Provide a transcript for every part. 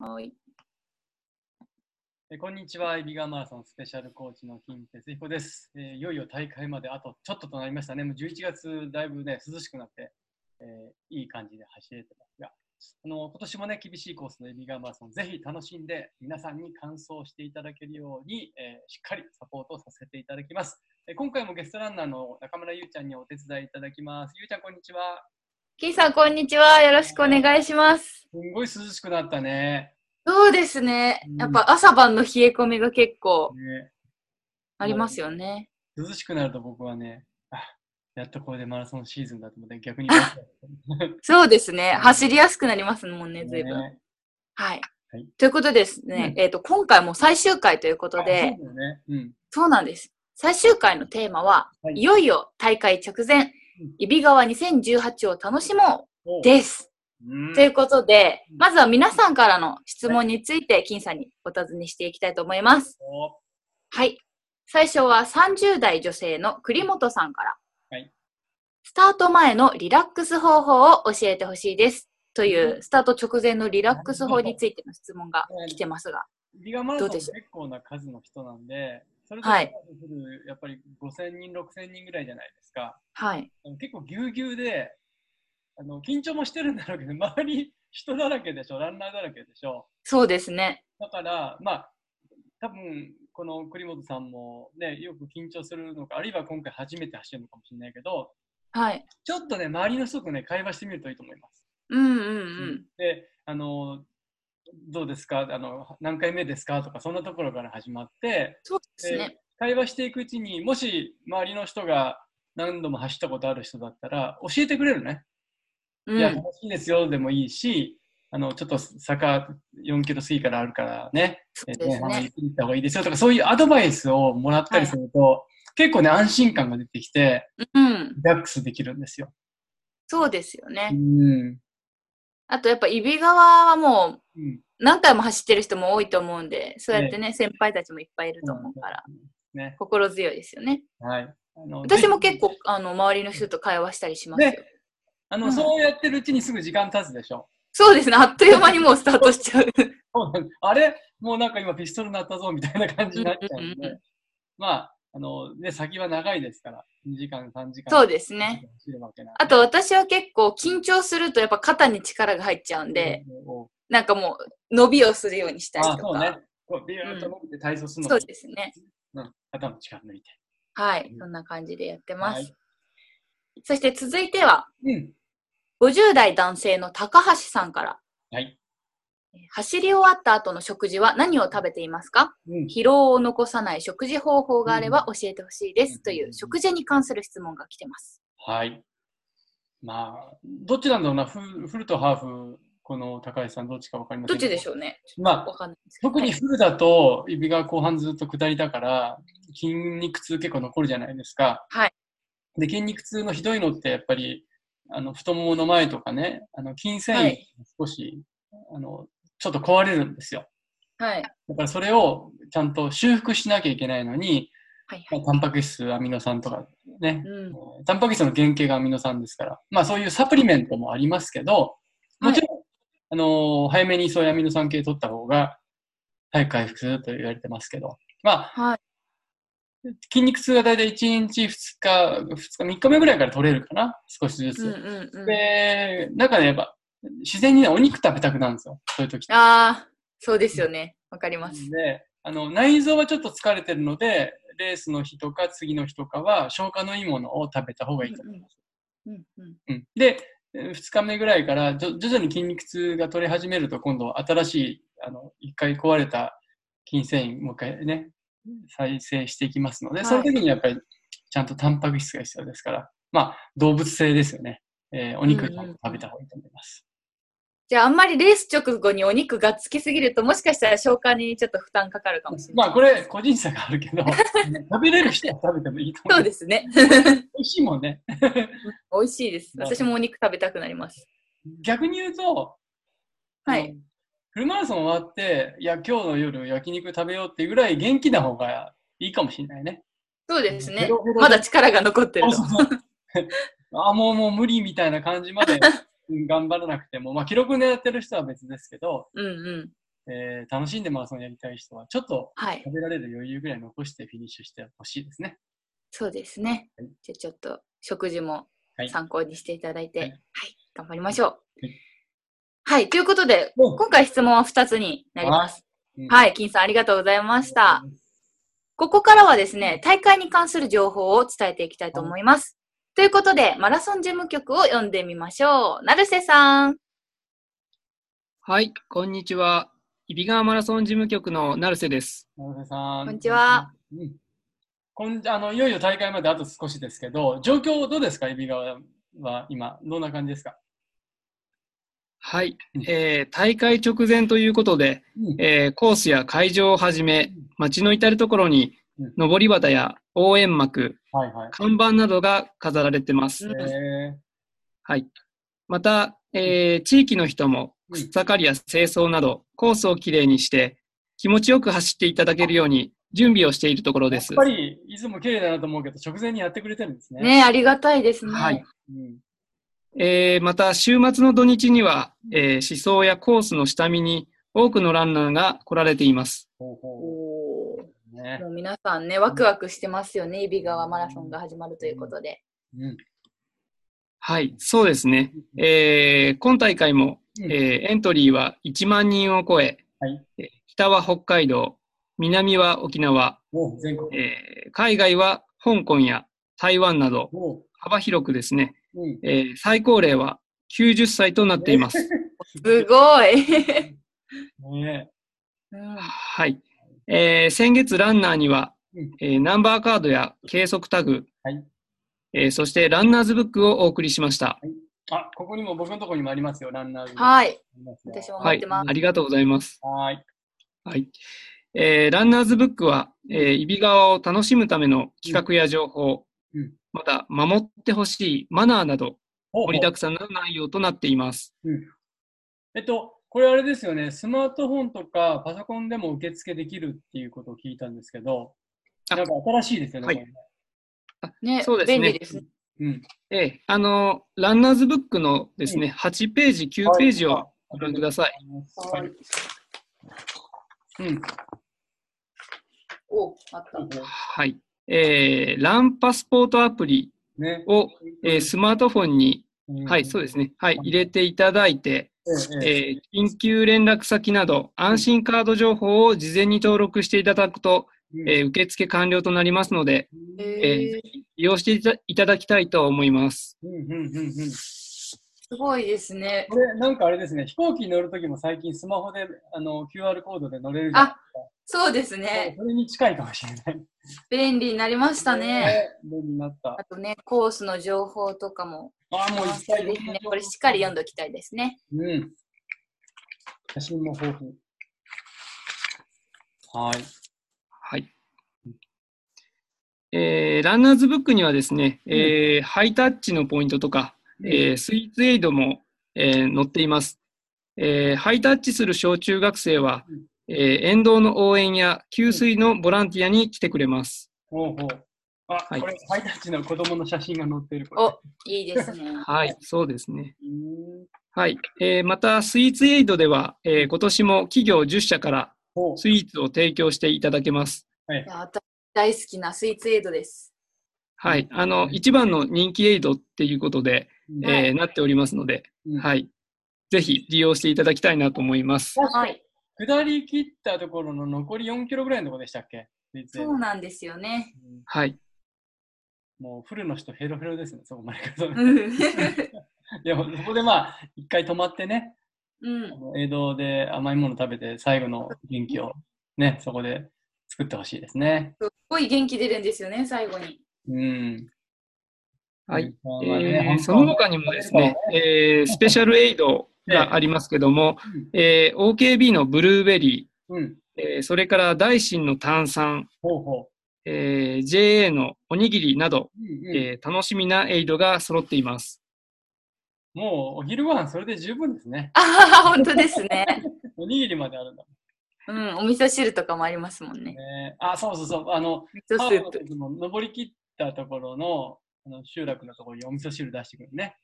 はい。えーこんにちは、エビガーマラソンスペシャルコーチの金哲彦です、えーいよいよ大会まであとちょっととなりましたね。もう11月、だいぶね、涼しくなって、えーいい感じで走れてますが、あの今年もね、厳しいコースのエビガーマラソン、ぜひ楽しんで、皆さんに完走していただけるように、えーしっかりサポートさせていただきます。えー今回もゲストランナーの中村ゆうちゃんにお手伝いいただきます。ゆうちゃん、こんにちは。キーさん、こんにちは。よろしくお願いします。すんごい涼しくなったね。そうですねうん。やっぱ朝晩の冷え込みが結構ねありますよね。涼しくなると僕はね、あやっとこれでマラソンシーズンだと思って逆に。そうですね。走りやすくなりますもんね、随分。ねはいはい。ということですね、えっと、今回も最終回ということあで、そうだよね。うん。そうなんです。最終回のテーマは、はいいよいよ大会直前うん、イビ川2018を楽しもうです。うんということでうん、まずは皆さんからの質問について、金さんにお尋ねしていきたいと思います。おはい。最初は30代女性の栗本さんから。はいスタート前のリラックス方法を教えてほしいです。という、スタート直前のリラックス法についての質問が来てますが。ビガマラソンどうでし結ょ構な数の人なんで、それはでいするやっぱり5000人、6000人ぐらいじゃないですか。はい。あの結構ぎゅうぎゅうで、あの緊張もしてるんだろうけど、 周り人だらけでしょ、ランナーだらけでしょ。そうですね。だから、まあ、多分この栗本さんもね、よく緊張するのか、あるいは今回初めて走るのかもしれないけど、はい。ちょっとね、周りの人とね、会話してみるといいと思います。うんうんで、あの、どうですかあの、何回目ですかとか、そんなところから始まって、そうですね会話していくうちにもし周りの人が何度も走ったことある人だったら、教えてくれるね。うん。いや、楽しいですよでもいいし、あの、ちょっと坂4キロ過ぎからあるからね、そえうーで前す半はゆねっ。くり行った方がいいですよとか、そういうアドバイスをもらったりすると、結構ね、安心感が出てきて、うん。リラックスできるんですよ。そうですようね。ん。あとやっぱ、イビ川はもう、うん何回も走ってる人も多いと思うんで、そうやってね、先輩たちもいっぱいいると思うから、。ね。心強いですよね。はい。あの私もぜひ結構、あの、周りの人と会話したりしますよ。ねあの、うんそうやってるうちにすぐ時間経つでしょ。そう ですね、あっという間にもうスタートしちゃう。そうなんあれもうなんか今ピストル鳴ったぞみたいな感じになっちゃうんうんうんうで。まあ、あの、ね、先は長いですから、2時間、3時間。そうですね。走るわけなんであと私は結構緊張するとやっぱ肩に力が入っちゃうんで、、こなんかもう伸びをするようにしうたりあ、とそうか。ね。こう、ビューッと伸びて体操するのそもうですね。うん肩の力抜いて。はい。そんな感じでやってます。はいそして続いては、うん。 50代男性の高橋さんから、はい。走り終わった後の食事は何を食べていますかうん。疲労を残さない食事方法があれば教えてほしいでうんすという食事に関する質問が来てます。はい。まあ、どっちなんだろうな、フルフルとハーフ、この高橋さん、どっちかわかりませどんっちでしょょうねう。まあ、わかんないですけど特にはいフルだと、指が後半ずっと下りだから、筋肉痛結構残るじゃないですか。はい。で、筋肉痛のひどいのって、やっぱり、あの、太ももの前とかね、あの、筋繊維はがい少し、あの、ちょっと壊れるんですよ。はい。だからそれをちゃんと修復しなきゃいけないのに、はいはまあい。タンパク質、アミノ酸とかね、うん。タンパク質の原型がアミノ酸ですから、まあそういうサプリメントもありますけど、もちろん、あのー早めにそういうアミノ酸系取った方が早く回復すると言われてますけど、まあ、はい。筋肉痛がだいたい1日、2日、2日、3日目ぐらいから取れるかな、少しずうんうつ。んうん。で、なんかね、やっぱ、自然にね、お肉食べたくなるんですよ、そういう時って。ああ、そうですよね。わかります。で、あの、内臓はちょっと疲れてるので、レースの日とか次の日とかは消化のいいものを食べた方がいいと思います。うんうん。うんで、2日目ぐらいからじょ徐々に筋肉痛が取れ始めると、今度新しい、あの、一回壊れた筋繊維、もう一回ね、再生していきますので、はいその時にやっぱりちゃんとタンパク質が必要ですから、まあ、動物性ですよね。えーお肉うんうんうん食べた方がいいと思います。じゃああんまりレース直後にお肉がつきすぎるともしかしたら消化にちょっと負担かかるかもしれない。まあ、これ、個人差があ るけど、食べれる人は食べてもいいと思そういます。ですね。美味しいもんね。美味しいです。まあ私もお肉食べたくなります。逆に言うと、はあい。の。フルマラソン終わって、いや、今日の夜焼肉食べようっていうぐらい元気な方がいいかもしれないね。そうですねヘロヘロ。でまだ力が残ってるあの。そうそうあ、もうもう無理み たいな感じまでうん頑張らなくても、まあ記録狙ってる人は別ですけど、うんうん。えー楽しんでマラソンやりたい人は、ちょっとはい。食べられる余裕ぐらい残してフィニッシュしてほしいですね。そうですねはい。じゃあちょっと食事もはい参考にしていただいて、ははいい、頑張りましょうはい。はい、ということで、お今回質問は2つになります。うんはい、金さんありがとうございました。。ここからはですね、大会に関する情報を伝えていきたいと思います。ということで、マラソン事務局を読んでみましょう。成瀬さん。はい、こんにちは。揖斐川マラソン事務局の成瀬です。野瀬さん。こんにちは。うん、こんあのいよいよ大会まであと少しですけど、状況どうですか、エビ川は今、どんな感じですか。はいうん、えー大会直前ということで、うんえーコースや会場をはじめ、街の至るところにうん、上り旗や応援幕、はいはい。看板などが飾られてまうすん。えはい。また、えー地域の人もうん草刈りや清掃など、コースをきれいにして、気持ちよく走っていただけるように準備をしているところー、やでっす。ぱりいつも綺麗だなと思うけど、直前にやってくれてるんですね。ね、ありがたいですね。はい。うん、えーまた週末の土日には、えー、思想やコースの下見に多くのランナーが来られています。ほうほおーうね。もう皆さんね、ワクワクしてますよね、揖斐川マラソンが始まるということで。うん。はい、そうですね。えー今大会も、うんえーエントリーは1万人を超え、はいえー北は北海道、南は沖縄、もう全国。えー海外は香港や台湾など、も幅広くですね、う、うん。えー最高齢は90歳となっています。すごい、ねうんはい。えー先月ランナーにはうん、えーナンバーカードや計測タグ、はいえーそしてランナーズブックをお送りしました。あ、ここにも僕のところにもありますよ、ランナーズ。い。はい。私私もも。は持っいて。ます。ありがとうございます。はーい。はい。えーランナーズブックは、えー、揖斐川を楽しむための企画や情報、うんうんまた、守ってほしいマナーなほど、うほう盛りだくさんの内容となっています。えっと、これあれですよね、スマートフォンとかパソコンでも受付できるっていうことを聞いたんですけど、あなんか新しいですよね、はいこれねね、そうですね便利ですね。うん。えーあのーランナーズブックのですね、8ページ、9ページをご覧ください。はい。うん。お、あった。はい。えーランパスポートアプリね。を、えースマートフォンに、うんはい、そうですね。はい、入れていただいて、えええええー緊急連絡先など、安心カード情報を事前に登録していただくと、うんえー受付完了となりますので、えーえーぜひ利用していたいただきたいと思います。うんうんうんうん。すごいですね。これ、なんかあれですね、飛行機に乗るときも最近スマホであの QR コードで乗れるじゃんあ、そうですね。それに近いかもしれない。便利になりましたね。便利になった。あとね、コースの情報とかも、ああ、もう一ぜ体ひね、これしっかり読んでおきたいですね。うん。写真も豊富。はい。はい。えーランナーズブックにはですね、えーハイタッチのポイントとか、えースイーツエイドも、えー載っています、えーハイタッチする小中学生はうん、えー沿道の応援や給水のボランティアに来てくれます。ほうほう。あ、はいこれ、ハイタッチの子供の写真が載ってる。これお、いいですね。はい、そうですね。うーんはい。えーまた、スイーツエイドでは、えー今年も企業10社からほう。スイーツを提供していただけます。いや私大好きなスイーツエイドです。はい。あの、一番の人気エイドっていうことで、えーはいなっておりますので、うんはい。ぜひ利用していただきたいなと思います。はい。下り切ったところの残り4キロぐらいのところでしたっけ実そうなんですよね。はい。もうフルの人ヘロヘロですね、そこまで行くと。 うん。いや、そこでまあ、一回止まってね、うんあの江戸で甘いもの食べて、最後の元気をね、そこで作ってほしいですね。すっごい元気出るんですよね、最後に。うん。はい。まあえまあね。本ー当その他にもですね、えースペシャルエイドがありますけども、えー OKB のブルーベリうん。ー、えーそれから大臣の炭酸、ほうほえー JA のおにぎりなど、う。うんうんえー楽しみなエイドが揃っています。もうお昼ご飯それで十分ですね。 あはは、本当ですね。おにぎりまであるんだもうん、お味噌汁とかもありますもんんね。ね。あ、そうそうそう。あの、味噌スープ。ハーフの時も登り切ったところのあの集落のところにお味噌汁出してくるね。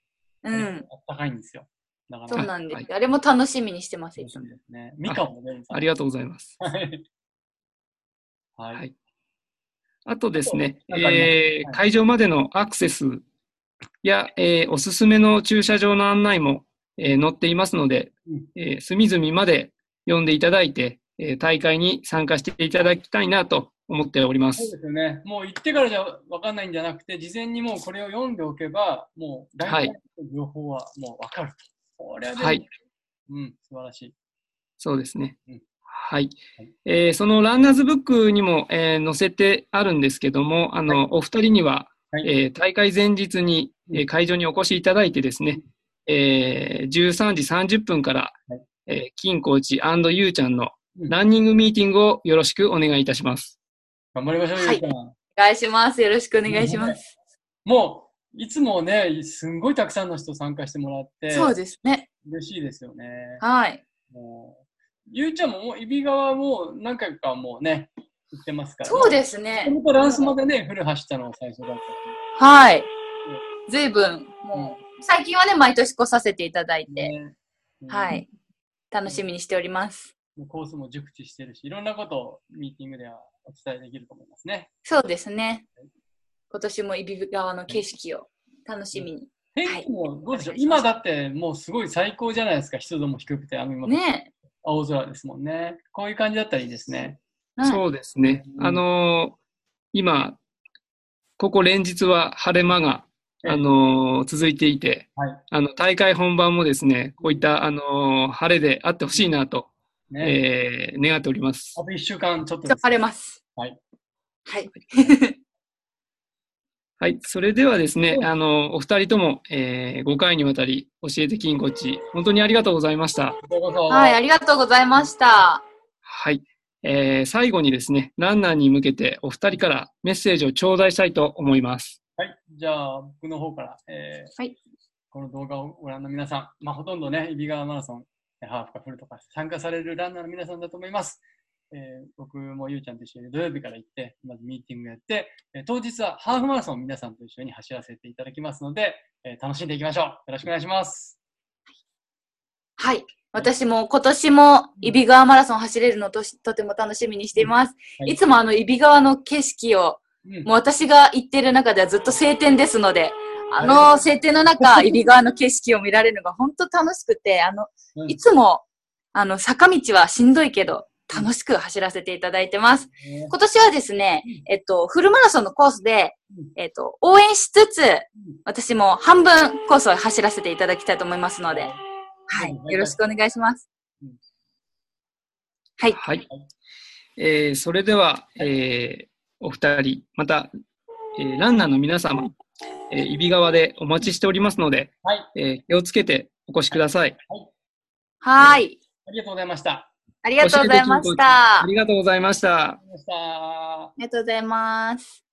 うん。あったかいんですよ。なかなか。そうなんです、はいあれも楽しみにしてます、いつそうも。ですね。みかんもね、ありがとうございます。がとう。 はい。はいあとですね、なんかありますえーはい会場までのアクセスや、えーおすすめの駐車場の案内も、えー載っていますので、うんえー隅々まで読んでいただいて、えー大会に参加していただきたいなと思っておりま。そうですすよね。もう行ってからじゃ分かんないんじゃなくて、事前にもうこれを読んでおけば、もう大体の情報はもう分かると。これはでも、はいうん、素晴らしい。そうですねうん。はいはい。えーそのランナーズブックにも、えー載せてあるんですけども、あの、お二人には、はいえー大会前日に、えー会場にお越しいただいてですね、えー13時30分から、はいえー金コーチゆうちゃんのうんランニングミーティングをよろしくお願いいたします。頑張りましょう、はゆいうちゃん。お願いします。よろしくお願いします。もう、いつもね、すんごいたくさんの人参加してもらって、そうですね。嬉しいですよね。はい。もうゆうちゃんももう、いびがはもう何回かもうね、行ってますから、そうですす。ね。本当ランスまでね、フル走ったのが最初だったんで。はい。ずいぶん、うんもう、最近はね、毎年来させていただいて、ねうんはい。楽しみにしております。もうコースも熟知してるし、いろんなことをミーティングではお伝えできると思いますね。そうですね。今年も揖斐川の景色を楽しみに。天気もどうでしょう、はい今だってもうすごい最高じゃないですか、湿度も低くて、雨もね青空ですもんね。こういう感じだったらいいですね。え。はい。そうですね。うんあのー今、ここ連日は晴れ間が、ええあのー続いていて、はいあの大会本番もですね、こういった、あのー晴れであってほしいなと、ねえー願っておりますあ。と1週間ちょっちとょでっとす。晴れます。はい。はい。はい、それではですね、あのお二人とも、え5回にわたり教えて金コーチ、本当にありがとうございました。こちらこそはい、ありがとうございました。はい、えー最後にですね、ランナーに向けてお二人からメッセージを頂戴したいと思います。はい、じゃあ僕の方から、えーはいこの動画をご覧の皆さん、まあ、ほとんどね、揖斐川マラソン、ハーフかフルとか参加されるランナーの皆さんだと思います。えー僕もゆうちゃんと一緒に土曜日から行って、まずミーティングやって、えー当日はハーフマラソンを皆さんと一緒に走らせていただきますので、えー楽しんでいきましょう。よろしくお願いします。はい。私も今年も揖斐川マラソン走れるのとしとても楽しみにしています。はいい、つもあの揖斐川の景色を、うんもう私が行ってる中ではずっと晴天ですので、あはの晴天の中、揖斐川の景色を見られるのが本当楽しくて、あの、うんいつも、あの、坂道はしんどいけど、楽しく走らせていただいてます。ね今年はですね、えっと、フルマラソンのコースでうん、えっと、応援しつつ、私も半分コースを走らせていただきたいと思いますので、はい。よろしくお願いしますうん。はい。はい、えーそれでは、えーお二人、また、えーランナーの皆様、えー、揖斐川でお待ちしておりますので、はい、えー気をつけてお越しください。はーい。ありがとうございました。あありがとうございました。あありがとうございました。りがとうございました。りがとうございます。